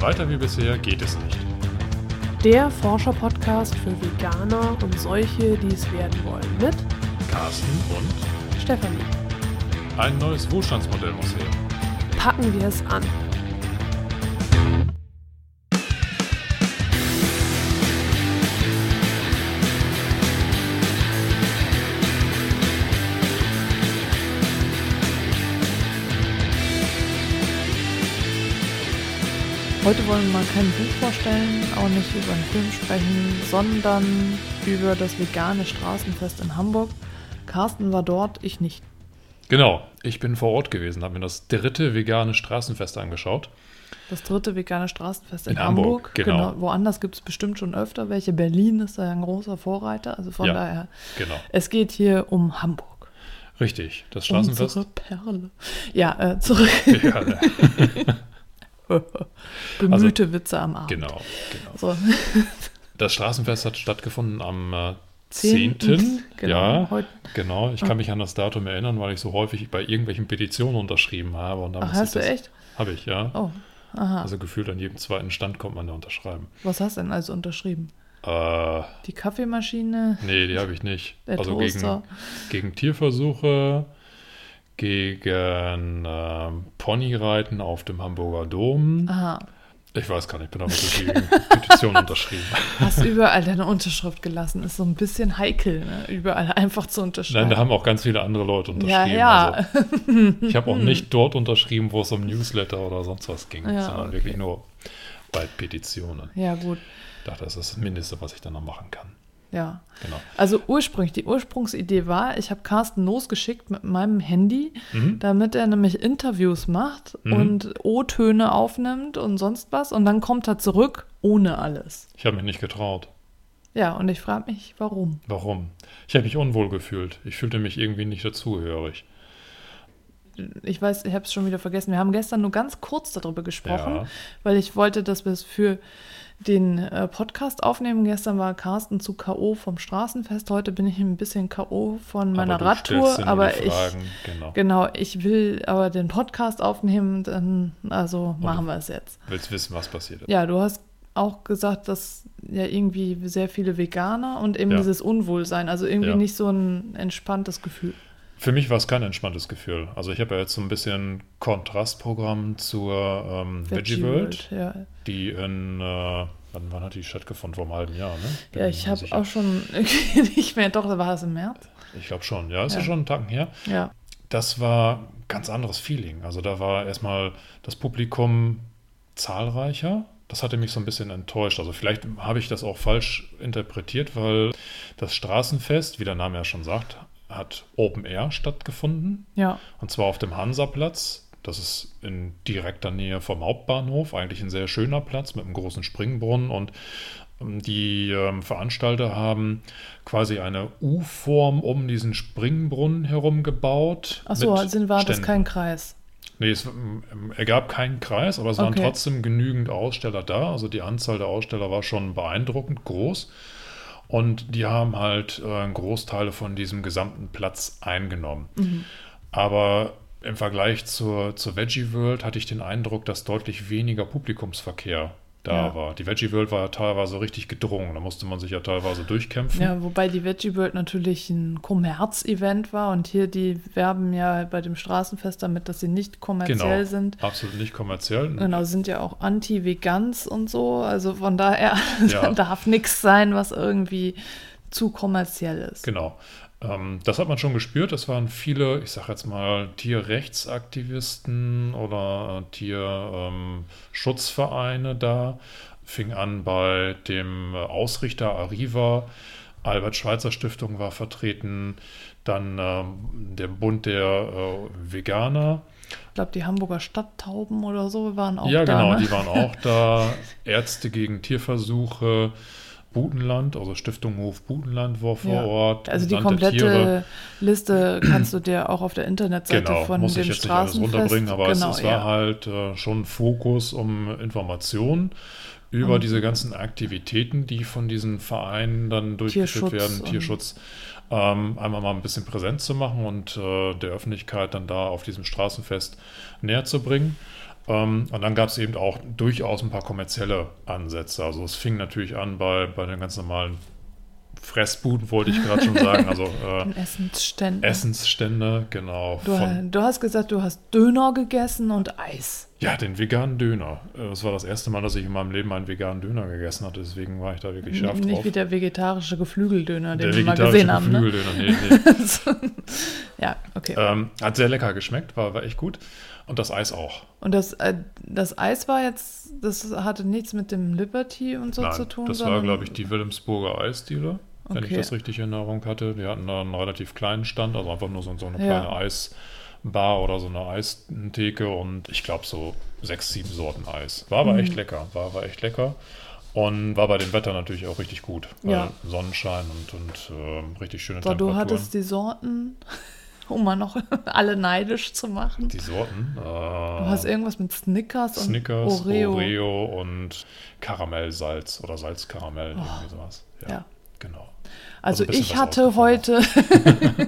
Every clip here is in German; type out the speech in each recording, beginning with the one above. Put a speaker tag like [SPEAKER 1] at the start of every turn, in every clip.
[SPEAKER 1] Weiter wie bisher geht es nicht.
[SPEAKER 2] Der Forscher-Podcast für Veganer und solche, die es werden wollen. Mit
[SPEAKER 1] Carsten und
[SPEAKER 2] Stefanie.
[SPEAKER 1] ein neues Wohlstandsmodell muss her.
[SPEAKER 2] Packen wir es an.
[SPEAKER 3] Heute wollen wir mal kein Buch vorstellen, auch nicht über einen Film sprechen, sondern über das vegane Straßenfest in Hamburg. Carsten war dort, ich nicht.
[SPEAKER 1] Genau, ich bin vor Ort gewesen, habe mir das dritte vegane Straßenfest angeschaut.
[SPEAKER 3] Das dritte vegane Straßenfest in,
[SPEAKER 1] In Hamburg, genau.
[SPEAKER 3] Woanders gibt es bestimmt schon öfter welche. Berlin ist da ja ein großer Vorreiter. Also von
[SPEAKER 1] Ja.
[SPEAKER 3] daher,
[SPEAKER 1] Genau,
[SPEAKER 3] es geht hier um Hamburg.
[SPEAKER 1] richtig, das
[SPEAKER 3] Unsere
[SPEAKER 1] Straßenfest.
[SPEAKER 3] Perle. Ja, äh, zurück.
[SPEAKER 1] Ja, ne,
[SPEAKER 3] Bemühte Witze am Abend.
[SPEAKER 1] Also genau, genau.
[SPEAKER 3] So,
[SPEAKER 1] Das Straßenfest hat stattgefunden am äh, 10.
[SPEAKER 3] Zehnten, genau,
[SPEAKER 1] ja,
[SPEAKER 3] heute.
[SPEAKER 1] genau. Ich kann mich an das Datum erinnern, weil ich so häufig bei irgendwelchen Petitionen unterschrieben habe. Und dann
[SPEAKER 3] Ach,
[SPEAKER 1] musste
[SPEAKER 3] hast
[SPEAKER 1] ich
[SPEAKER 3] du
[SPEAKER 1] das-
[SPEAKER 3] echt?
[SPEAKER 1] Habe ich, ja.
[SPEAKER 3] Oh, aha.
[SPEAKER 1] Also gefühlt an jedem zweiten Stand kommt man da unterschreiben.
[SPEAKER 3] Was hast du denn also unterschrieben?
[SPEAKER 1] Äh,
[SPEAKER 3] Die Kaffeemaschine?
[SPEAKER 1] nee, die habe ich nicht.
[SPEAKER 3] Der
[SPEAKER 1] also
[SPEAKER 3] Toaster.
[SPEAKER 1] gegen, gegen Tierversuche, gegen ähm, Ponyreiten auf dem Hamburger Dom.
[SPEAKER 3] Aha.
[SPEAKER 1] Ich weiß gar nicht, ich bin aber so gegen Petition unterschrieben.
[SPEAKER 3] Hast überall deine Unterschrift gelassen. Ist so ein bisschen heikel, ne? überall einfach zu unterschreiben.
[SPEAKER 1] Nein, da haben auch ganz viele andere Leute
[SPEAKER 3] ja,
[SPEAKER 1] unterschrieben.
[SPEAKER 3] ja. Hm.
[SPEAKER 1] Also ich habe auch nicht dort unterschrieben, wo es um Newsletter oder sonst was ging,
[SPEAKER 3] Ja,
[SPEAKER 1] sondern
[SPEAKER 3] okay.
[SPEAKER 1] wirklich nur bei Petitionen.
[SPEAKER 3] ja, gut.
[SPEAKER 1] Ich dachte, das ist das Mindeste, was ich dann noch machen kann.
[SPEAKER 3] Ja.
[SPEAKER 1] Genau.
[SPEAKER 3] Also ursprünglich, die Ursprungsidee war, ich habe Carsten losgeschickt mit meinem Handy,
[SPEAKER 1] Mhm.
[SPEAKER 3] damit er nämlich Interviews macht
[SPEAKER 1] Mhm.
[SPEAKER 3] und O-Töne aufnimmt und sonst was. Und dann kommt er zurück ohne alles.
[SPEAKER 1] Ich habe mich nicht getraut.
[SPEAKER 3] Ja, und ich frage mich, warum?
[SPEAKER 1] Warum? Ich habe mich unwohl gefühlt. Ich fühlte mich irgendwie nicht dazugehörig.
[SPEAKER 3] Ich weiß, ich habe es schon wieder vergessen. Wir haben gestern nur ganz kurz darüber gesprochen,
[SPEAKER 1] Ja.
[SPEAKER 3] weil ich wollte, dass wir es für den äh, Podcast aufnehmen. Gestern war Carsten zu K.O. vom Straßenfest. Heute bin ich ein bisschen K.O. von meiner
[SPEAKER 1] aber du stellst dir
[SPEAKER 3] Radtour.
[SPEAKER 1] nur
[SPEAKER 3] Aber
[SPEAKER 1] die
[SPEAKER 3] ich,
[SPEAKER 1] Fragen. Genau.
[SPEAKER 3] genau, ich will aber den Podcast aufnehmen. Dann, also machen
[SPEAKER 1] du-
[SPEAKER 3] wir es jetzt.
[SPEAKER 1] Willst wissen, was passiert ist?
[SPEAKER 3] Ja, du hast auch gesagt, dass ja irgendwie sehr viele Veganer und eben
[SPEAKER 1] Ja.
[SPEAKER 3] dieses Unwohlsein, also irgendwie
[SPEAKER 1] Ja.
[SPEAKER 3] nicht so ein entspanntes Gefühl.
[SPEAKER 1] Für mich war es kein entspanntes Gefühl. Also ich habe ja jetzt so ein bisschen Kontrastprogramm zur ähm, Veggie World,
[SPEAKER 3] Ja,
[SPEAKER 1] die in, äh, wann, wann hat die stattgefunden? Vor einem halben Jahr, ne? Bin
[SPEAKER 3] ja
[SPEAKER 1] mir
[SPEAKER 3] ich habe
[SPEAKER 1] sicher.
[SPEAKER 3] auch schon nicht mehr, doch, war es im März?
[SPEAKER 1] Ich glaube schon, ja, ist ja.
[SPEAKER 3] Ja.
[SPEAKER 1] schon ein Tacken her.
[SPEAKER 3] Ja.
[SPEAKER 1] Das war ein ganz anderes Feeling. Also da war erstmal das Publikum zahlreicher. Das hatte mich so ein bisschen enttäuscht. Also vielleicht habe ich das auch falsch interpretiert, weil das Straßenfest, wie der Name ja schon sagt, hat Open Air stattgefunden.
[SPEAKER 3] Ja,
[SPEAKER 1] Und zwar auf dem Hansaplatz. Das ist in direkter Nähe vom Hauptbahnhof. Eigentlich ein sehr schöner Platz mit einem großen Springbrunnen. Und ähm, die ähm, Veranstalter haben quasi eine U-Form um diesen Springbrunnen herum gebaut.
[SPEAKER 3] achso,
[SPEAKER 1] mit
[SPEAKER 3] sind war das
[SPEAKER 1] Ständen.
[SPEAKER 3] kein Kreis.
[SPEAKER 1] Nee, es ähm, ergab keinen Kreis, aber es waren
[SPEAKER 3] Okay.
[SPEAKER 1] trotzdem genügend Aussteller da. Also die Anzahl der Aussteller war schon beeindruckend groß. Und die haben halt äh, Großteile von diesem gesamten Platz eingenommen.
[SPEAKER 3] Mhm.
[SPEAKER 1] Aber im Vergleich zur, zur Veggie World hatte ich den Eindruck, dass deutlich weniger Publikumsverkehr da
[SPEAKER 3] Ja.
[SPEAKER 1] war. Die Veggie World war teilweise richtig gedrungen. Da musste man sich ja teilweise durchkämpfen.
[SPEAKER 3] Ja, wobei die Veggie World natürlich ein Kommerzevent war und hier die werben ja bei dem Straßenfest damit, dass sie nicht kommerziell sind.
[SPEAKER 1] Genau. Absolut nicht kommerziell.
[SPEAKER 3] Genau, sind ja auch anti-Vegans und so. Also von daher
[SPEAKER 1] Ja.
[SPEAKER 3] darf nichts sein, was irgendwie zu kommerziell ist.
[SPEAKER 1] Genau. Ähm, das hat man schon gespürt. Das waren viele, ich sage jetzt mal, Tierrechtsaktivisten oder äh, Tierschutzvereine da. Fing an bei dem äh, Ausrichter Arriva. Albert Schweitzer Stiftung war vertreten. Dann ähm, der Bund der äh, Veganer.
[SPEAKER 3] Ich glaube, die Hamburger Stadttauben oder so waren auch
[SPEAKER 1] ja,
[SPEAKER 3] da.
[SPEAKER 1] genau,
[SPEAKER 3] ne?
[SPEAKER 1] die waren auch da. Ärzte gegen Tierversuche. Butenland, also Stiftung Hof Butenland war vor
[SPEAKER 3] Ja.
[SPEAKER 1] Ort.
[SPEAKER 3] Also die
[SPEAKER 1] Land der Tiere.
[SPEAKER 3] komplette Liste kannst du dir auch auf der Internetseite
[SPEAKER 1] Genau,
[SPEAKER 3] von
[SPEAKER 1] muss
[SPEAKER 3] dem
[SPEAKER 1] ich jetzt nicht alles
[SPEAKER 3] Straßenfest.
[SPEAKER 1] runterbringen, aber
[SPEAKER 3] genau,
[SPEAKER 1] es, es war
[SPEAKER 3] ja.
[SPEAKER 1] halt äh, schon Fokus um Informationen über
[SPEAKER 3] Mhm.
[SPEAKER 1] diese ganzen Aktivitäten, die von diesen Vereinen dann durchgeführt
[SPEAKER 3] Tierschutz
[SPEAKER 1] werden,
[SPEAKER 3] und-
[SPEAKER 1] Tierschutz, ähm, einmal mal ein bisschen präsent zu machen und äh, der Öffentlichkeit dann da auf diesem Straßenfest näher zu bringen. Ähm, und dann gab es eben auch durchaus ein paar kommerzielle Ansätze. Also es fing natürlich an bei, bei den ganz normalen Fressbuden, wollte ich gerade schon sagen. Also äh,
[SPEAKER 3] Essensstände.
[SPEAKER 1] Essensstände, genau.
[SPEAKER 3] Du,
[SPEAKER 1] von-
[SPEAKER 3] du hast gesagt, du hast Döner gegessen und Eis.
[SPEAKER 1] Ja, den veganen Döner. Äh, Das war das erste Mal, dass ich in meinem Leben einen veganen Döner gegessen hatte, deswegen war ich da wirklich scharf
[SPEAKER 3] Nicht
[SPEAKER 1] drauf.
[SPEAKER 3] wie der vegetarische Geflügeldöner, den
[SPEAKER 1] Der
[SPEAKER 3] wir mal
[SPEAKER 1] vegetarische
[SPEAKER 3] gesehen haben. Ne?
[SPEAKER 1] Geflügeldöner, nee, nee.
[SPEAKER 3] ja, okay.
[SPEAKER 1] ähm, Hat sehr lecker geschmeckt, war, war echt gut. Und das Eis auch.
[SPEAKER 3] Und das, äh, das Eis war jetzt, das hatte nichts mit dem Liberty und so
[SPEAKER 1] Nein,
[SPEAKER 3] zu tun.
[SPEAKER 1] das war,
[SPEAKER 3] sondern-
[SPEAKER 1] glaube ich, die Wilhelmsburger Eisdiele, wenn ich
[SPEAKER 3] Okay.
[SPEAKER 1] das richtig in Erinnerung hatte. Die hatten da einen relativ kleinen Stand, also einfach nur so, so eine
[SPEAKER 3] Ja.
[SPEAKER 1] kleine Eisbar oder so eine Eistheke und ich glaube so sechs, sieben Sorten Eis. War
[SPEAKER 3] Mhm.
[SPEAKER 1] aber echt lecker, war aber echt lecker. Und war bei dem Wetter natürlich auch richtig gut. Weil
[SPEAKER 3] Ja.
[SPEAKER 1] Sonnenschein und, und ähm, richtig schöne
[SPEAKER 3] So, du
[SPEAKER 1] Temperaturen.
[SPEAKER 3] hattest die Sorten, um mal noch alle neidisch zu machen.
[SPEAKER 1] die Sorten. Äh,
[SPEAKER 3] Du hast irgendwas mit Snickers,
[SPEAKER 1] Snickers,
[SPEAKER 3] und Oreo.
[SPEAKER 1] Oreo. und Karamellsalz oder Salzkaramell, irgendwie sowas.
[SPEAKER 3] Oh. Ja.
[SPEAKER 1] Genau.
[SPEAKER 3] Also
[SPEAKER 1] Also ein bisschen
[SPEAKER 3] ich
[SPEAKER 1] was
[SPEAKER 3] hatte
[SPEAKER 1] ausgefunden.
[SPEAKER 3] heute,
[SPEAKER 1] Also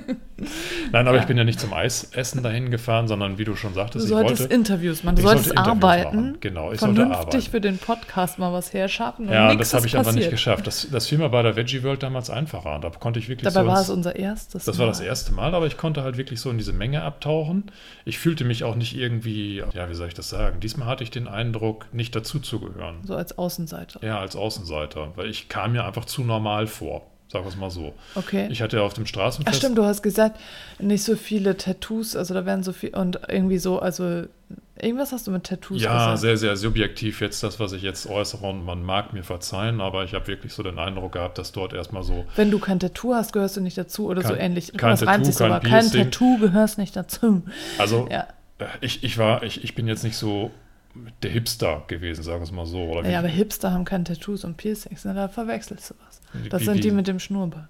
[SPEAKER 1] Nein, aber
[SPEAKER 3] Ja.
[SPEAKER 1] ich bin ja nicht zum Eisessen dahin gefahren, sondern wie du schon
[SPEAKER 3] du
[SPEAKER 1] sagtest, ich
[SPEAKER 3] solltest
[SPEAKER 1] wollte.
[SPEAKER 3] Interviews machen, du
[SPEAKER 1] ich
[SPEAKER 3] solltest
[SPEAKER 1] sollte Interviews
[SPEAKER 3] arbeiten.
[SPEAKER 1] machen. Genau, ich sollte
[SPEAKER 3] vernünftig
[SPEAKER 1] arbeiten.
[SPEAKER 3] für den Podcast mal was herschaffen. Und
[SPEAKER 1] Ja,
[SPEAKER 3] nix
[SPEAKER 1] das habe ich
[SPEAKER 3] ist passiert.
[SPEAKER 1] einfach nicht geschafft. Das, das fiel mir bei der Veggie World damals einfacher. Da konnte ich wirklich
[SPEAKER 3] Dabei
[SPEAKER 1] so.
[SPEAKER 3] war
[SPEAKER 1] ins-
[SPEAKER 3] es unser erstes.
[SPEAKER 1] das war das erste Mal, aber ich konnte halt wirklich so in diese Menge abtauchen. Ich fühlte mich auch nicht irgendwie, ja, wie soll ich das sagen? Diesmal hatte ich den Eindruck, nicht dazuzugehören.
[SPEAKER 3] So als Außenseiter.
[SPEAKER 1] Ja, als Außenseiter, weil ich kam mir einfach zu normal vor. Sag es mal so.
[SPEAKER 3] Okay.
[SPEAKER 1] Ich hatte ja auf dem
[SPEAKER 3] Ach
[SPEAKER 1] Straßenfest.
[SPEAKER 3] stimmt, du hast gesagt, nicht so viele Tattoos, also da werden so viel und irgendwie so, also irgendwas hast du mit Tattoos
[SPEAKER 1] Ja,
[SPEAKER 3] gesagt.
[SPEAKER 1] sehr, sehr subjektiv jetzt das, was ich jetzt äußere und man mag mir verzeihen, aber ich habe wirklich so den Eindruck gehabt, dass dort erstmal so
[SPEAKER 3] Wenn du kein Tattoo hast, gehörst du nicht dazu oder so
[SPEAKER 1] Kein-
[SPEAKER 3] ähnlich.
[SPEAKER 1] kein
[SPEAKER 3] das reimt
[SPEAKER 1] Tattoo,
[SPEAKER 3] sich sogar.
[SPEAKER 1] kein
[SPEAKER 3] Kein
[SPEAKER 1] Piercing.
[SPEAKER 3] Tattoo gehörst nicht dazu.
[SPEAKER 1] Also
[SPEAKER 3] Ja.
[SPEAKER 1] äh, ich, ich war, ich, ich bin jetzt nicht so der Hipster gewesen, sagen wir es mal so. Oder wie-
[SPEAKER 3] Ja, aber Hipster haben keine Tattoos und Piercings, ne? da verwechselst du was. Das
[SPEAKER 1] Wie-
[SPEAKER 3] sind die
[SPEAKER 1] wie-
[SPEAKER 3] mit dem Schnurrbart.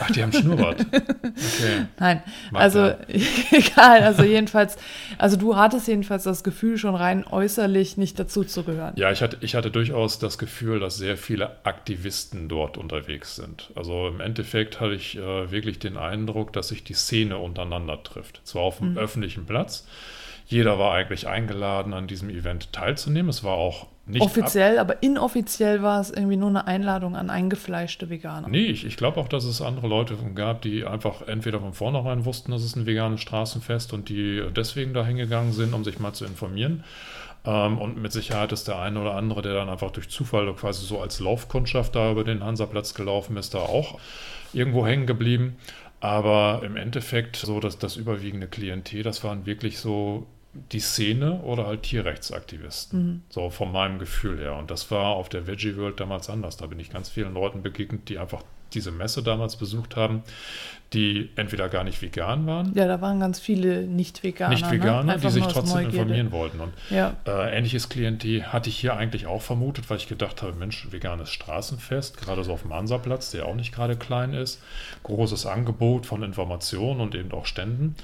[SPEAKER 1] Ach, die haben Schnurrbart. Okay.
[SPEAKER 3] Nein,
[SPEAKER 1] Mag
[SPEAKER 3] also
[SPEAKER 1] sein.
[SPEAKER 3] egal, also jedenfalls, also du hattest jedenfalls das Gefühl schon rein äußerlich nicht dazu zu gehören.
[SPEAKER 1] Ja, ich hatte, ich hatte durchaus das Gefühl, dass sehr viele Aktivisten dort unterwegs sind. Also im Endeffekt hatte ich äh, wirklich den Eindruck, dass sich die Szene untereinander trifft. Zwar auf dem öffentlichen Platz. Jeder war eigentlich eingeladen, an diesem Event teilzunehmen. Es war auch nicht ab-
[SPEAKER 3] Offiziell, aber inoffiziell war es irgendwie nur eine Einladung an eingefleischte Veganer.
[SPEAKER 1] Nee, ich, ich glaube auch, dass es andere Leute gab, die einfach entweder von vornherein wussten, dass es ein veganes Straßenfest und die deswegen da hingegangen sind, um sich mal zu informieren. Ähm, und mit Sicherheit ist der eine oder andere, der dann einfach durch Zufall quasi so als Laufkundschaft da über den Hansaplatz gelaufen ist, da auch irgendwo hängen geblieben. Aber im Endeffekt so, dass das überwiegende Klientel, das waren wirklich so die Szene oder halt Tierrechtsaktivisten. So von meinem Gefühl her. Und das war auf der Veggie World damals anders. Da bin ich ganz vielen Leuten begegnet, die einfach diese Messe damals besucht haben, die entweder gar nicht vegan waren,
[SPEAKER 3] Ja, da waren ganz viele Nicht-Veganer.
[SPEAKER 1] nicht
[SPEAKER 3] ne?
[SPEAKER 1] Veganer,
[SPEAKER 3] Einfach
[SPEAKER 1] die sich
[SPEAKER 3] nur aus
[SPEAKER 1] trotzdem
[SPEAKER 3] Neugierde.
[SPEAKER 1] informieren wollten. Und
[SPEAKER 3] Ja.
[SPEAKER 1] äh, ähnliches Klientel hatte ich hier eigentlich auch vermutet, weil ich gedacht habe, Mensch, veganes Straßenfest, gerade so auf dem Hansaplatz, der auch nicht gerade klein ist, großes Angebot von Informationen und eben auch Ständen.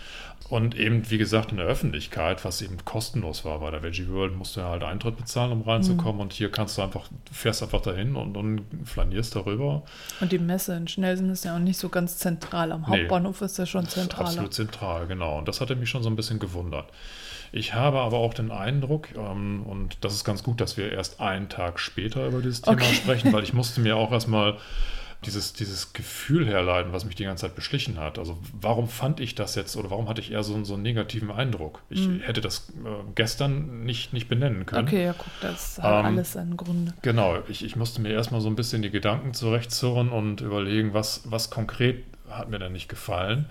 [SPEAKER 1] Und eben, wie gesagt, in der Öffentlichkeit, was eben kostenlos war. Bei der Veggie World musst du ja halt Eintritt bezahlen, um reinzukommen.
[SPEAKER 3] Mhm.
[SPEAKER 1] Und hier kannst du einfach, du fährst einfach dahin und, und flanierst darüber.
[SPEAKER 3] Und die Messe in Schnelsen ist ja auch nicht so ganz zentral. Am
[SPEAKER 1] Nee.
[SPEAKER 3] Hauptbahnhof ist ja schon zentraler.
[SPEAKER 1] Absolut zentral, genau. Und das hatte mich schon so ein bisschen gewundert. Ich habe aber auch den Eindruck, ähm, und das ist ganz gut, dass wir erst einen Tag später über dieses Thema
[SPEAKER 3] Okay.
[SPEAKER 1] sprechen, weil ich musste mir auch erstmal dieses, dieses Gefühl herleiten, was mich die ganze Zeit beschlichen hat. Also warum fand ich das jetzt oder warum hatte ich eher so, so einen negativen Eindruck? Ich hätte das äh, gestern nicht, nicht benennen können.
[SPEAKER 3] Hm. Okay, ja, guck, das
[SPEAKER 1] Ähm,
[SPEAKER 3] hat alles seinen Grund.
[SPEAKER 1] Genau, ich, ich musste mir erstmal so ein bisschen die Gedanken zurechtzurren und überlegen, was, was konkret hat mir denn nicht gefallen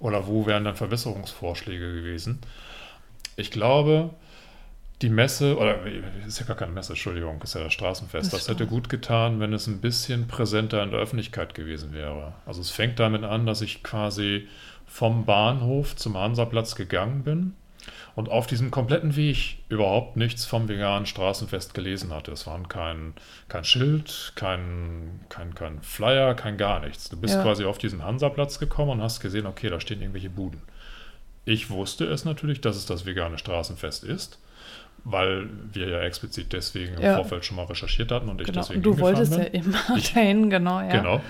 [SPEAKER 1] oder wo wären dann Verbesserungsvorschläge gewesen. Ich glaube, die Messe, oder äh, ist ja gar keine Messe, Entschuldigung, ist ja das Straßenfest.
[SPEAKER 3] Das
[SPEAKER 1] Das hätte gut getan, wenn es ein bisschen präsenter in der Öffentlichkeit gewesen wäre. Also es fängt damit an, dass ich quasi vom Bahnhof zum Hansaplatz gegangen bin und auf diesem kompletten Weg überhaupt nichts vom veganen Straßenfest gelesen hatte. Es waren kein, kein Schild, kein, kein, kein Flyer, kein gar nichts. Du bist
[SPEAKER 3] Ja.
[SPEAKER 1] quasi auf diesen Hansaplatz gekommen und hast gesehen, okay, da stehen irgendwelche Buden. Ich wusste es natürlich, dass es das vegane Straßenfest ist, weil wir ja explizit deswegen
[SPEAKER 3] Ja.
[SPEAKER 1] im Vorfeld schon mal recherchiert hatten und ich
[SPEAKER 3] Genau.
[SPEAKER 1] deswegen
[SPEAKER 3] Und du
[SPEAKER 1] hingefahren
[SPEAKER 3] wolltest
[SPEAKER 1] bin.
[SPEAKER 3] ja immer dahin, genau, ja.
[SPEAKER 1] Genau.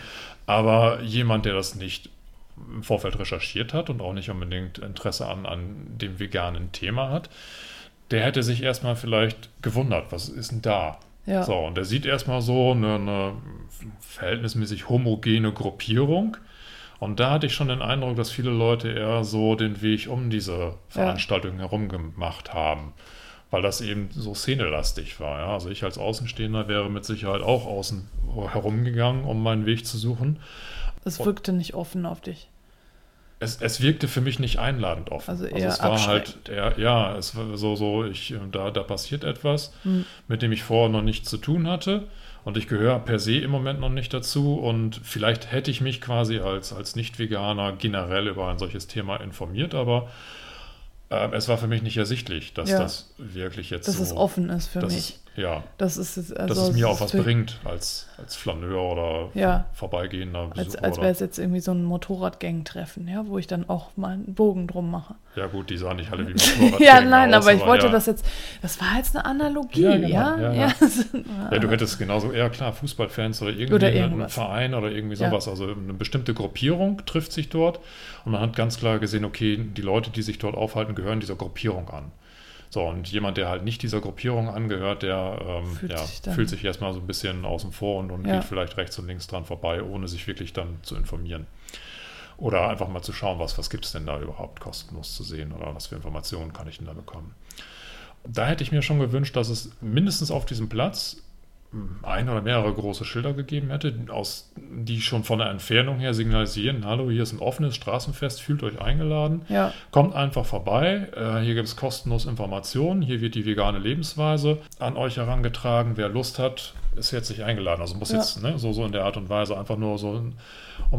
[SPEAKER 1] Aber jemand, der das nicht im Vorfeld recherchiert hat und auch nicht unbedingt Interesse an, an dem veganen Thema hat, der hätte sich erstmal vielleicht gewundert, was ist denn da?
[SPEAKER 3] Ja.
[SPEAKER 1] So, und der sieht erstmal so eine, eine verhältnismäßig homogene Gruppierung. Und da hatte ich schon den Eindruck, dass viele Leute eher so den Weg um diese Veranstaltung herum gemacht haben, weil das eben so szenelastig war. Ja? Also ich als Außenstehender wäre mit Sicherheit auch außen herumgegangen, um meinen Weg zu suchen.
[SPEAKER 3] Es wirkte nicht offen auf dich.
[SPEAKER 1] Es, es wirkte für mich nicht einladend offen.
[SPEAKER 3] Also eher
[SPEAKER 1] es war halt,
[SPEAKER 3] abschreckend.
[SPEAKER 1] eher, ja, es war so, so, ich, äh, da, da passiert etwas,
[SPEAKER 3] Hm.
[SPEAKER 1] mit dem ich vorher noch nichts zu tun hatte. Und ich gehöre per se im Moment noch nicht dazu. Und vielleicht hätte ich mich quasi als, als Nicht-Veganer generell über ein solches Thema informiert, aber äh, es war für mich nicht ersichtlich, dass
[SPEAKER 3] Ja.
[SPEAKER 1] das wirklich jetzt
[SPEAKER 3] Dass
[SPEAKER 1] so
[SPEAKER 3] es offen ist für
[SPEAKER 1] dass
[SPEAKER 3] mich.
[SPEAKER 1] Es, ja,
[SPEAKER 3] Das ist jetzt, also
[SPEAKER 1] dass es mir
[SPEAKER 3] ist
[SPEAKER 1] auch was
[SPEAKER 3] für-
[SPEAKER 1] bringt als, als Flaneur oder
[SPEAKER 3] Ja,
[SPEAKER 1] vorbeigehender
[SPEAKER 3] als,
[SPEAKER 1] Besucher.
[SPEAKER 3] als wäre
[SPEAKER 1] oder,
[SPEAKER 3] es jetzt irgendwie so ein Motorradgang-Treffen, ja, wo ich dann auch mal einen Bogen drum mache.
[SPEAKER 1] ja gut, die sahen nicht alle wie
[SPEAKER 3] ja,
[SPEAKER 1] Motorradgänger
[SPEAKER 3] nein,
[SPEAKER 1] aus,
[SPEAKER 3] aber ich wollte
[SPEAKER 1] ja.
[SPEAKER 3] das jetzt, das war jetzt eine Analogie,
[SPEAKER 1] Ja,
[SPEAKER 3] ja?
[SPEAKER 1] genau, ja,
[SPEAKER 3] ja,
[SPEAKER 1] ja.
[SPEAKER 3] das-
[SPEAKER 1] Ja, du hättest genauso, ja klar, Fußballfans oder irgendwie
[SPEAKER 3] äh, Oder
[SPEAKER 1] einen
[SPEAKER 3] irgendwas.
[SPEAKER 1] Verein oder irgendwie
[SPEAKER 3] Ja.
[SPEAKER 1] sowas. Also eine bestimmte Gruppierung trifft sich dort und man hat ganz klar gesehen, okay, die Leute, die sich dort aufhalten, gehören dieser Gruppierung an. So, und jemand, der halt nicht dieser Gruppierung angehört, der ähm,
[SPEAKER 3] Fühlt
[SPEAKER 1] ja,
[SPEAKER 3] sich dann-
[SPEAKER 1] fühlt sich erstmal so ein bisschen außen vor und, und
[SPEAKER 3] Ja.
[SPEAKER 1] geht vielleicht rechts und links dran vorbei, ohne sich wirklich dann zu informieren. Oder einfach mal zu schauen, was, was gibt es denn da überhaupt kostenlos zu sehen oder was für Informationen kann ich denn da bekommen. Da hätte ich mir schon gewünscht, dass es mindestens auf diesem Platz mh, ein oder mehrere große Schilder gegeben hätte, aus, die schon von der Entfernung her signalisieren, hallo, hier ist ein offenes Straßenfest, fühlt euch eingeladen.
[SPEAKER 3] ja,
[SPEAKER 1] Kommt einfach vorbei. Äh, hier gibt es kostenlos Informationen. Hier wird die vegane Lebensweise an euch herangetragen. Wer Lust hat, ist herzlich eingeladen. Also muss
[SPEAKER 3] Ja.
[SPEAKER 1] jetzt ne, so, so in der Art und Weise einfach nur so, um,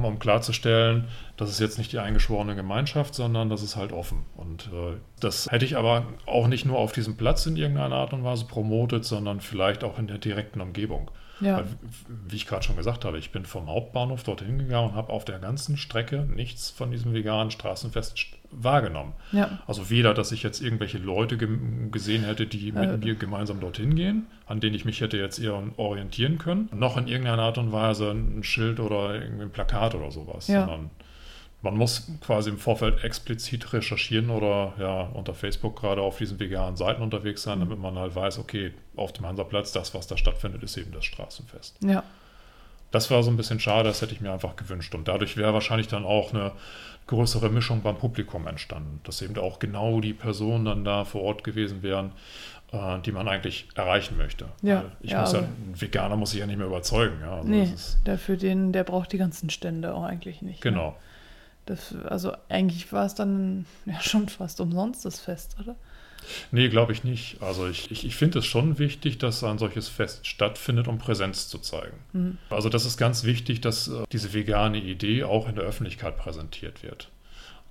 [SPEAKER 1] um klarzustellen, das ist jetzt nicht die eingeschworene Gemeinschaft, sondern das ist halt offen. Und äh, das hätte ich aber auch nicht nur auf diesem Platz in irgendeiner Art und Weise promotet, sondern vielleicht auch in der direkten Umgebung.
[SPEAKER 3] ja,
[SPEAKER 1] Weil, Wie ich gerade schon gesagt habe, ich bin vom Hauptbahnhof dorthin gegangen und habe auf der ganzen Strecke nichts von diesem veganen Straßenfest st- wahrgenommen.
[SPEAKER 3] ja.
[SPEAKER 1] Also weder, dass ich jetzt irgendwelche Leute gem- gesehen hätte, die mit
[SPEAKER 3] Äh.
[SPEAKER 1] mir gemeinsam dorthin gehen, an denen ich mich hätte jetzt eher orientieren können, noch in irgendeiner Art und Weise ein Schild oder irgendwie ein Plakat oder sowas.
[SPEAKER 3] Ja.
[SPEAKER 1] Sondern man muss quasi im Vorfeld explizit recherchieren oder ja unter Facebook gerade auf diesen veganen Seiten unterwegs
[SPEAKER 3] Mhm.
[SPEAKER 1] sein, damit man halt weiß, okay, auf dem Hansaplatz, das, was da stattfindet, ist eben das Straßenfest.
[SPEAKER 3] ja.
[SPEAKER 1] Das war so ein bisschen schade, das hätte ich mir einfach gewünscht. Und dadurch wäre wahrscheinlich dann auch eine größere Mischung beim Publikum entstanden, dass eben auch genau die Personen dann da vor Ort gewesen wären, äh, die man eigentlich erreichen möchte.
[SPEAKER 3] Ja,
[SPEAKER 1] Weil ich
[SPEAKER 3] ja,
[SPEAKER 1] muss ja,
[SPEAKER 3] aber-
[SPEAKER 1] ein Veganer muss ich ja nicht mehr überzeugen. Ja, also das
[SPEAKER 3] nee,
[SPEAKER 1] ist,
[SPEAKER 3] der für den, der braucht die ganzen Stände auch eigentlich nicht. ne?
[SPEAKER 1] genau.
[SPEAKER 3] Das, also eigentlich war es dann ja schon fast umsonst das Fest, oder?
[SPEAKER 1] Nee, glaube ich nicht. Also ich, ich, ich finde es schon wichtig, dass ein solches Fest stattfindet, um Präsenz zu zeigen.
[SPEAKER 3] Mhm.
[SPEAKER 1] Also das ist ganz wichtig, dass äh, diese vegane Idee auch in der Öffentlichkeit präsentiert wird.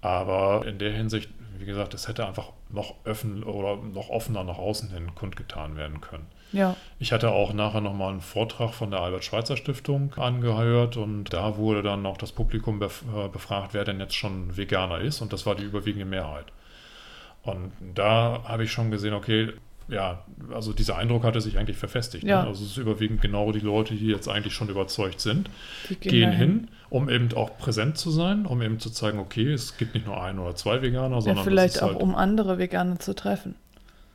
[SPEAKER 1] Aber in der Hinsicht, wie gesagt, es hätte einfach noch öffn oder noch offener nach außen hin kundgetan werden können.
[SPEAKER 3] Ja,
[SPEAKER 1] Ich hatte auch nachher nochmal einen Vortrag von der Albert-Schweitzer-Stiftung angehört und da wurde dann noch das Publikum bef äh, befragt, wer denn jetzt schon Veganer ist und das war die überwiegende Mehrheit. Und da habe ich schon gesehen, okay, ja, also dieser Eindruck hatte sich eigentlich verfestigt.
[SPEAKER 3] Ja.
[SPEAKER 1] Ne? Also es ist überwiegend genau die Leute, die jetzt eigentlich schon überzeugt sind,
[SPEAKER 3] die
[SPEAKER 1] gehen
[SPEAKER 3] dahin.
[SPEAKER 1] hin, um eben auch präsent zu sein, um eben zu zeigen, okay, es gibt nicht nur ein oder zwei Veganer,
[SPEAKER 3] Ja,
[SPEAKER 1] sondern es
[SPEAKER 3] vielleicht
[SPEAKER 1] ist
[SPEAKER 3] auch,
[SPEAKER 1] halt
[SPEAKER 3] um andere Veganer zu treffen.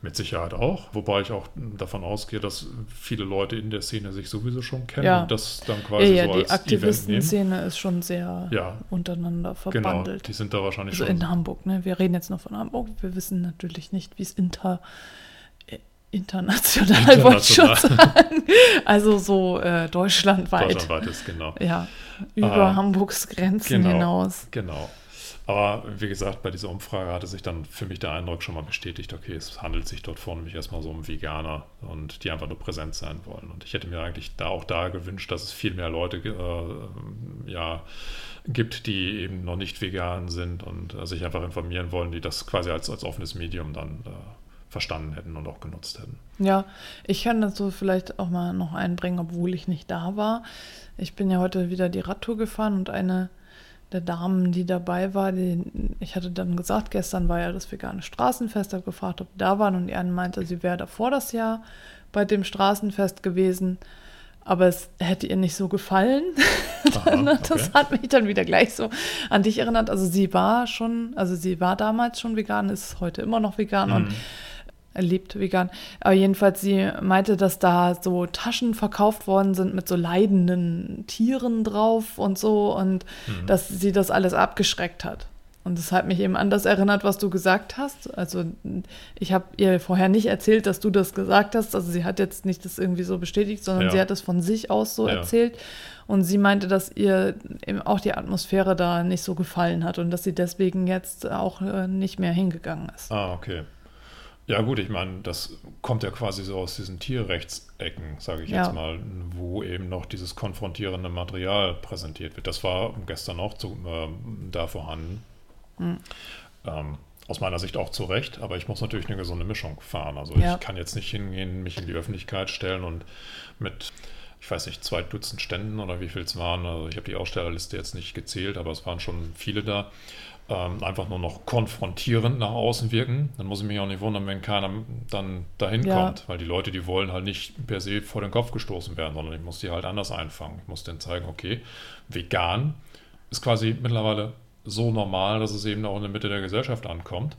[SPEAKER 1] mit Sicherheit auch, wobei ich auch davon ausgehe, dass viele Leute in der Szene sich sowieso schon kennen
[SPEAKER 3] Ja.
[SPEAKER 1] und das dann
[SPEAKER 3] Ja,
[SPEAKER 1] quasi
[SPEAKER 3] ja,
[SPEAKER 1] so als Event nehmen.
[SPEAKER 3] die Aktivistenszene ist schon sehr
[SPEAKER 1] Ja,
[SPEAKER 3] untereinander
[SPEAKER 1] genau.
[SPEAKER 3] verbandelt.
[SPEAKER 1] Die sind da wahrscheinlich
[SPEAKER 3] Also in
[SPEAKER 1] schon.
[SPEAKER 3] Hamburg, ne? Wir reden jetzt nur von Hamburg. Wir wissen natürlich nicht, wie es inter, äh, international, wollte ich schon sagen. Also so äh, deutschlandweit.
[SPEAKER 1] Deutschlandweit ist, genau.
[SPEAKER 3] Ja, über
[SPEAKER 1] Ah,
[SPEAKER 3] Hamburgs Grenzen
[SPEAKER 1] genau.
[SPEAKER 3] hinaus.
[SPEAKER 1] Genau. Aber wie gesagt, bei dieser Umfrage hatte sich dann für mich der Eindruck schon mal bestätigt, okay, es handelt sich dort vorne nämlich erstmal so um Veganer und die einfach nur präsent sein wollen. Und ich hätte mir eigentlich da auch da gewünscht, dass es viel mehr Leute äh, ja, gibt, die eben noch nicht vegan sind und äh, sich einfach informieren wollen, die das quasi als, als offenes Medium dann äh, verstanden hätten und auch genutzt hätten.
[SPEAKER 3] Ja, ich kann das so vielleicht auch mal noch einbringen, obwohl ich nicht da war. Ich bin ja heute wieder die Radtour gefahren und eine der Damen, die dabei war, die, ich hatte dann gesagt, gestern war ja das vegane Straßenfest, habe gefragt, ob die da waren und die eine meinte, sie wäre davor das Jahr bei dem Straßenfest gewesen, aber es hätte ihr nicht so gefallen. Ne,
[SPEAKER 1] Aha,
[SPEAKER 3] Das hat mich dann wieder gleich so an dich
[SPEAKER 1] Mhm.
[SPEAKER 3] erinnert. Also sie war schon, also sie war damals schon vegan, ist heute immer noch vegan und lebt vegan. Aber jedenfalls, sie meinte, dass da so Taschen verkauft worden sind mit so leidenden Tieren drauf und so und
[SPEAKER 1] Mhm.
[SPEAKER 3] dass sie das alles abgeschreckt hat. Und das hat mich eben an das erinnert, was du gesagt hast. Also ich habe ihr vorher nicht erzählt, dass du das gesagt hast. Also sie hat jetzt nicht das irgendwie so bestätigt, sondern
[SPEAKER 1] Ja.
[SPEAKER 3] sie hat es von sich aus so
[SPEAKER 1] Ja.
[SPEAKER 3] erzählt. Und sie meinte, dass ihr eben auch die Atmosphäre da nicht so gefallen hat und dass sie deswegen jetzt auch äh, nicht mehr hingegangen ist.
[SPEAKER 1] Ah, okay. Ja, gut, ich meine, das kommt ja quasi so aus diesen Tierrechtsecken, sage ich
[SPEAKER 3] Ja.
[SPEAKER 1] jetzt mal, wo eben noch dieses konfrontierende Material präsentiert wird. Das war gestern auch zu, ähm, da vorhanden.
[SPEAKER 3] Hm.
[SPEAKER 1] Ähm, aus meiner Sicht auch zu Recht, aber ich muss natürlich eine gesunde Mischung fahren. Also
[SPEAKER 3] Ja.
[SPEAKER 1] ich kann jetzt nicht hingehen, mich in die Öffentlichkeit stellen und mit, ich weiß nicht, zwei Dutzend Ständen oder wie viel es waren. Also ich habe die Ausstellerliste jetzt nicht gezählt, aber es waren schon viele da. Ähm, einfach nur noch konfrontierend nach außen wirken. Dann muss ich mich auch nicht wundern, wenn keiner dann dahin
[SPEAKER 3] Ja.
[SPEAKER 1] kommt, weil die Leute, die wollen halt nicht per se vor den Kopf gestoßen werden, sondern ich muss die halt anders einfangen. Ich muss denen zeigen, okay, vegan ist quasi mittlerweile so normal, dass es eben auch in der Mitte der Gesellschaft ankommt.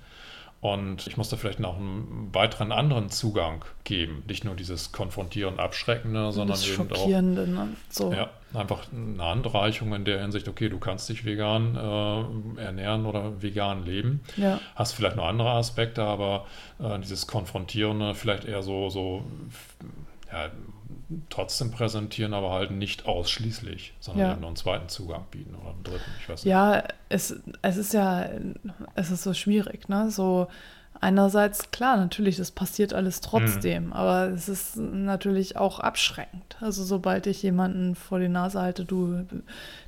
[SPEAKER 1] Und ich muss da vielleicht noch einen weiteren anderen Zugang geben. Nicht nur dieses Konfrontieren, Abschreckende, sondern
[SPEAKER 3] das
[SPEAKER 1] eben auch
[SPEAKER 3] Schockierende, ne? So.
[SPEAKER 1] ja, einfach eine Anreichung in der Hinsicht, okay, du kannst dich vegan äh, ernähren oder vegan leben.
[SPEAKER 3] Ja.
[SPEAKER 1] Hast vielleicht noch andere Aspekte, aber äh, dieses Konfrontierende vielleicht eher so, so f- ja, trotzdem präsentieren, aber halt nicht ausschließlich, sondern
[SPEAKER 3] Ja.
[SPEAKER 1] eben noch einen zweiten Zugang bieten oder einen dritten, ich weiß nicht.
[SPEAKER 3] Ja, es, es ist ja, es ist so schwierig, ne? So einerseits, klar, natürlich, das passiert alles trotzdem,
[SPEAKER 1] Mhm.
[SPEAKER 3] aber es ist natürlich auch abschreckend. Also sobald ich jemanden vor die Nase halte, du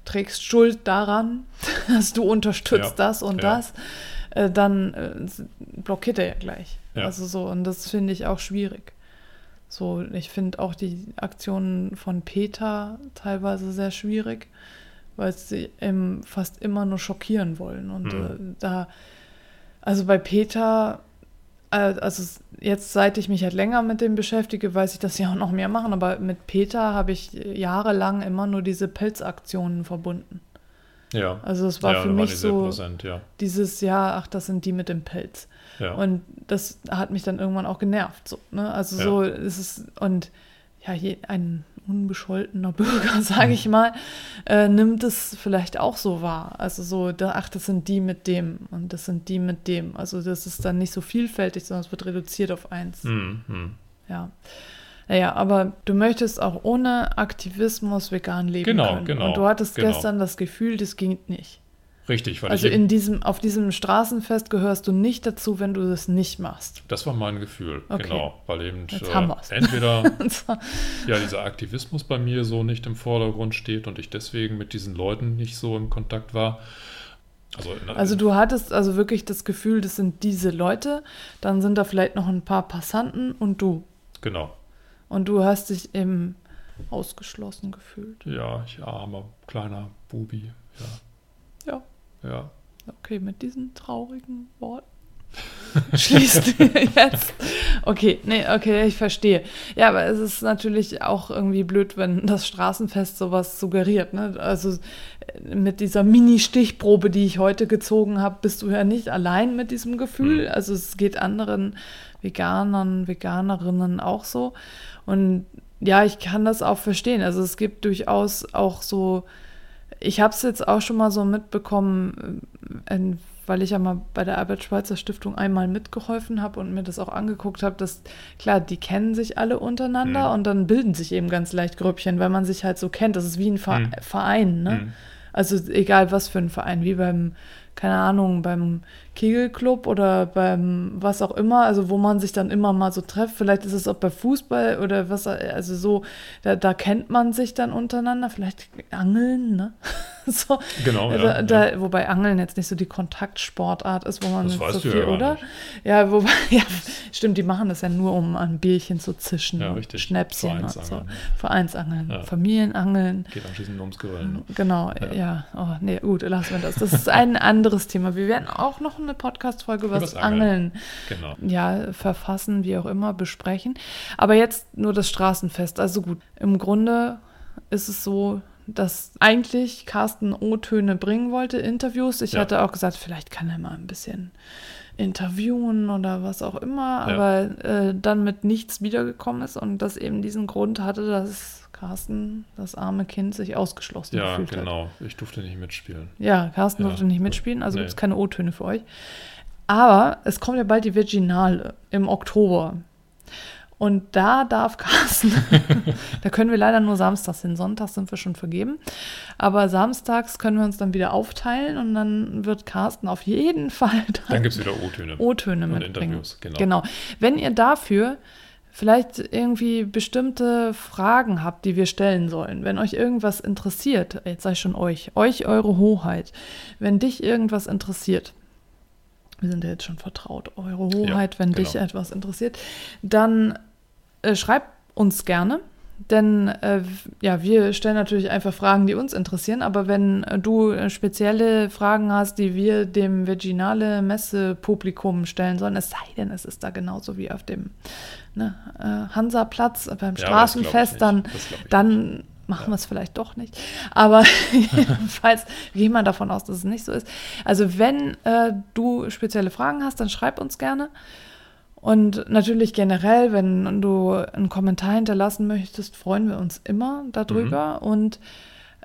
[SPEAKER 3] trägst Schuld daran, dass du unterstützt
[SPEAKER 1] Ja,
[SPEAKER 3] das und
[SPEAKER 1] ja.
[SPEAKER 3] das, äh, dann äh, s- blockiert er ja gleich.
[SPEAKER 1] Ja.
[SPEAKER 3] Also so, und das finde ich auch schwierig. So, ich finde auch die Aktionen von Peter teilweise sehr schwierig, weil sie eben fast immer nur schockieren wollen.
[SPEAKER 1] Mhm.
[SPEAKER 3] Und äh, da, also bei Peter, äh, also s- jetzt seit ich mich halt länger mit dem beschäftige, weiß ich, dass sie auch noch mehr machen, aber mit Peter habe ich äh, jahrelang immer nur diese Pelzaktionen verbunden.
[SPEAKER 1] Ja,
[SPEAKER 3] Also es war
[SPEAKER 1] ja
[SPEAKER 3] für
[SPEAKER 1] da waren
[SPEAKER 3] mich
[SPEAKER 1] die
[SPEAKER 3] so
[SPEAKER 1] sehr präsent, ja.
[SPEAKER 3] dieses Jahr, ach, das sind die mit dem Pelz.
[SPEAKER 1] ja.
[SPEAKER 3] Und das hat mich dann irgendwann auch genervt. So, ne? Also
[SPEAKER 1] Ja.
[SPEAKER 3] so ist es, und ja, je, ein unbescholtener Bürger, sage ich mal, äh, nimmt es vielleicht auch so wahr. Also so, da, ach, das sind die mit dem und das sind die mit dem. Also das ist dann nicht so vielfältig, sondern es wird reduziert auf eins.
[SPEAKER 1] Hm, hm.
[SPEAKER 3] Ja. Naja, aber du möchtest auch ohne Aktivismus vegan leben
[SPEAKER 1] Genau,
[SPEAKER 3] können.
[SPEAKER 1] genau,
[SPEAKER 3] Und du hattest
[SPEAKER 1] genau.
[SPEAKER 3] gestern das Gefühl, das ging nicht.
[SPEAKER 1] Richtig, weil
[SPEAKER 3] Also
[SPEAKER 1] ich eben,
[SPEAKER 3] in diesem, auf diesem Straßenfest gehörst du nicht dazu, wenn du das nicht machst.
[SPEAKER 1] das war mein Gefühl,
[SPEAKER 3] Okay.
[SPEAKER 1] genau, weil eben
[SPEAKER 3] Jetzt haben wir's.
[SPEAKER 1] entweder ja, dieser Aktivismus bei mir so nicht im Vordergrund steht und ich deswegen mit diesen Leuten nicht so im Kontakt war. Also, na,
[SPEAKER 3] Also du hattest also wirklich das Gefühl, das sind diese Leute, dann sind da vielleicht noch ein paar Passanten und du.
[SPEAKER 1] genau.
[SPEAKER 3] Und du hast dich eben ausgeschlossen gefühlt.
[SPEAKER 1] Ja, ich armer, kleiner Bubi.
[SPEAKER 3] Ja,
[SPEAKER 1] Ja, ja.
[SPEAKER 3] okay, mit diesen traurigen Worten. Schließt jetzt. Okay, nee, okay, ich verstehe. Ja, aber es ist natürlich auch irgendwie blöd, wenn das Straßenfest sowas suggeriert. Ne? Also äh, mit dieser Mini-Stichprobe, die ich heute gezogen habe, bist du ja nicht allein mit diesem Gefühl.
[SPEAKER 1] Hm.
[SPEAKER 3] Also es geht anderen Veganern, Veganerinnen auch so. Und ja, ich kann das auch verstehen. Also es gibt durchaus auch so, ich habe es jetzt auch schon mal so mitbekommen, äh, in- weil ich ja mal bei der Albert Schweitzer Stiftung einmal mitgeholfen habe und mir das auch angeguckt habe, dass klar, die kennen sich alle untereinander
[SPEAKER 1] Mhm.
[SPEAKER 3] und dann bilden sich eben ganz leicht Grüppchen, weil man sich halt so kennt. Das ist wie ein Ver
[SPEAKER 1] Mhm.
[SPEAKER 3] Verein, ne?
[SPEAKER 1] Hm.
[SPEAKER 3] Also egal was für ein Verein, wie beim, keine Ahnung, beim Kegelclub oder beim was auch immer, also wo man sich dann immer mal so trifft. Vielleicht ist es auch bei Fußball oder was, also so, da, da kennt man sich dann untereinander, vielleicht Angeln, ne? so.
[SPEAKER 1] Genau, ja,
[SPEAKER 3] da,
[SPEAKER 1] ja.
[SPEAKER 3] Also da, Wobei Angeln jetzt nicht so die Kontaktsportart ist, wo man
[SPEAKER 1] Das
[SPEAKER 3] jetzt
[SPEAKER 1] weißt
[SPEAKER 3] so
[SPEAKER 1] du ja
[SPEAKER 3] viel,
[SPEAKER 1] gar
[SPEAKER 3] oder?
[SPEAKER 1] nicht.
[SPEAKER 3] Ja, wobei, ja, stimmt, die machen das ja nur, um an Bierchen zu zischen,
[SPEAKER 1] Ja,
[SPEAKER 3] und
[SPEAKER 1] richtig.
[SPEAKER 3] Schnäpschen und so.
[SPEAKER 1] Vereinsangeln, ne?
[SPEAKER 3] Vereinsangeln,
[SPEAKER 1] Ja.
[SPEAKER 3] Familienangeln.
[SPEAKER 1] Geht anschließend ums Grillen. ne?
[SPEAKER 3] Genau,
[SPEAKER 1] Ja.
[SPEAKER 3] ja. Oh, nee, gut, lassen wir das. Das ist ein anderes Thema. Wir werden auch noch eine Podcast-Folge über
[SPEAKER 1] Übers
[SPEAKER 3] das Angeln
[SPEAKER 1] Genau.
[SPEAKER 3] ja, verfassen, wie auch immer, besprechen. Aber jetzt nur das Straßenfest. Also gut, im Grunde ist es so, dass eigentlich Carsten O-Töne bringen wollte, Interviews. Ich
[SPEAKER 1] Ja.
[SPEAKER 3] hatte auch gesagt, vielleicht kann er mal ein bisschen interviewen oder was auch immer,
[SPEAKER 1] Ja.
[SPEAKER 3] aber äh, dann mit nichts wiedergekommen ist und das eben diesen Grund hatte, dass Carsten, das arme Kind, sich ausgeschlossen
[SPEAKER 1] Ja,
[SPEAKER 3] gefühlt hat.
[SPEAKER 1] genau. Ich durfte nicht mitspielen.
[SPEAKER 3] Ja, Carsten
[SPEAKER 1] Ja.
[SPEAKER 3] durfte nicht mitspielen, also
[SPEAKER 1] Nee.
[SPEAKER 3] gibt's gibt es keine O-Töne für euch. Aber es kommt ja bald die Virginale im Oktober. Und da darf Carsten, da können wir leider nur samstags hin, sonntags sind wir schon vergeben. Aber samstags können wir uns dann wieder aufteilen und dann wird Carsten auf jeden Fall
[SPEAKER 1] Dann gibt es wieder O-Töne.
[SPEAKER 3] O-Töne
[SPEAKER 1] Und
[SPEAKER 3] mitbringen.
[SPEAKER 1] Interviews, genau.
[SPEAKER 3] Wenn ihr dafür vielleicht irgendwie bestimmte Fragen habt, die wir stellen sollen, wenn euch irgendwas interessiert, jetzt sei schon euch, euch eure Hoheit, wenn dich irgendwas interessiert, wir sind ja jetzt schon vertraut, eure Hoheit, wenn dich
[SPEAKER 1] genau.
[SPEAKER 3] etwas interessiert, dann äh, schreibt uns gerne. Denn äh, ja, wir stellen natürlich einfach Fragen, die uns interessieren, aber wenn äh, du äh, spezielle Fragen hast, die wir dem Virginale Messepublikum stellen sollen, es sei denn, es ist da genauso wie auf dem ne, äh, Hansaplatz
[SPEAKER 1] Ja,
[SPEAKER 3] äh, beim
[SPEAKER 1] aber das glaub ich
[SPEAKER 3] Straßenfest,
[SPEAKER 1] nicht.
[SPEAKER 3] dann,
[SPEAKER 1] Das glaub ich
[SPEAKER 3] dann machen wir es vielleicht doch nicht. Aber jedenfalls gehen wir davon aus, dass es nicht so ist. Also wenn äh, du spezielle Fragen hast, dann schreib uns gerne. Und natürlich generell, wenn du einen Kommentar hinterlassen möchtest, freuen wir uns immer darüber. Und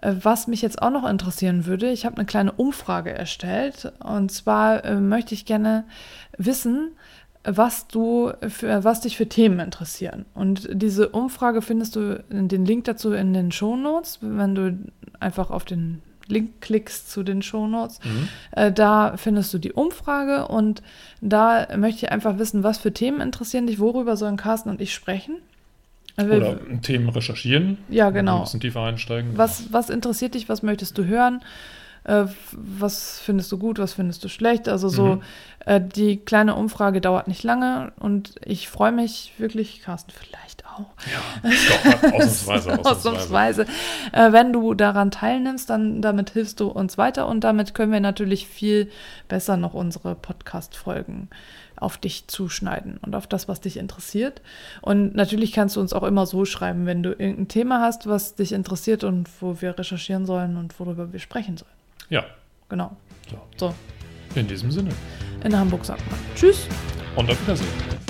[SPEAKER 3] äh, was mich jetzt auch noch interessieren würde, ich habe eine kleine Umfrage erstellt. Und zwar äh, möchte ich gerne wissen, was du für, was dich für Themen interessieren. Und diese Umfrage findest du den Link dazu in den Shownotes, wenn du einfach auf den Link klickst zu den Shownotes.
[SPEAKER 1] Mhm.
[SPEAKER 3] Äh, da findest du die Umfrage und da möchte ich einfach wissen, was für Themen interessieren dich, worüber sollen Carsten und ich sprechen. Äh, wir-
[SPEAKER 1] Oder Themen recherchieren.
[SPEAKER 3] Ja, genau.
[SPEAKER 1] Ein bisschen tiefer einsteigen.
[SPEAKER 3] was, was interessiert dich, was möchtest du hören? Äh, f- was findest du gut, was findest du schlecht? Also so,
[SPEAKER 1] Mhm.
[SPEAKER 3] äh, die kleine Umfrage dauert nicht lange und ich freue mich wirklich, Carsten, vielleicht auch.
[SPEAKER 1] Doch, ausnahmsweise. ausnahmsweise.
[SPEAKER 3] Ausnahmsweise. Äh, wenn du daran teilnimmst, dann damit hilfst du uns weiter und damit können wir natürlich viel besser noch unsere Podcast-Folgen auf dich zuschneiden und auf das, was dich interessiert. Und natürlich kannst du uns auch immer so schreiben, wenn du irgendein Thema hast, was dich interessiert und wo wir recherchieren sollen und worüber wir sprechen sollen.
[SPEAKER 1] Ja,
[SPEAKER 3] Genau.
[SPEAKER 1] so.
[SPEAKER 3] So,
[SPEAKER 1] in diesem Sinne.
[SPEAKER 3] in Hamburg sagt man Tschüss.
[SPEAKER 1] Und auf Wiedersehen.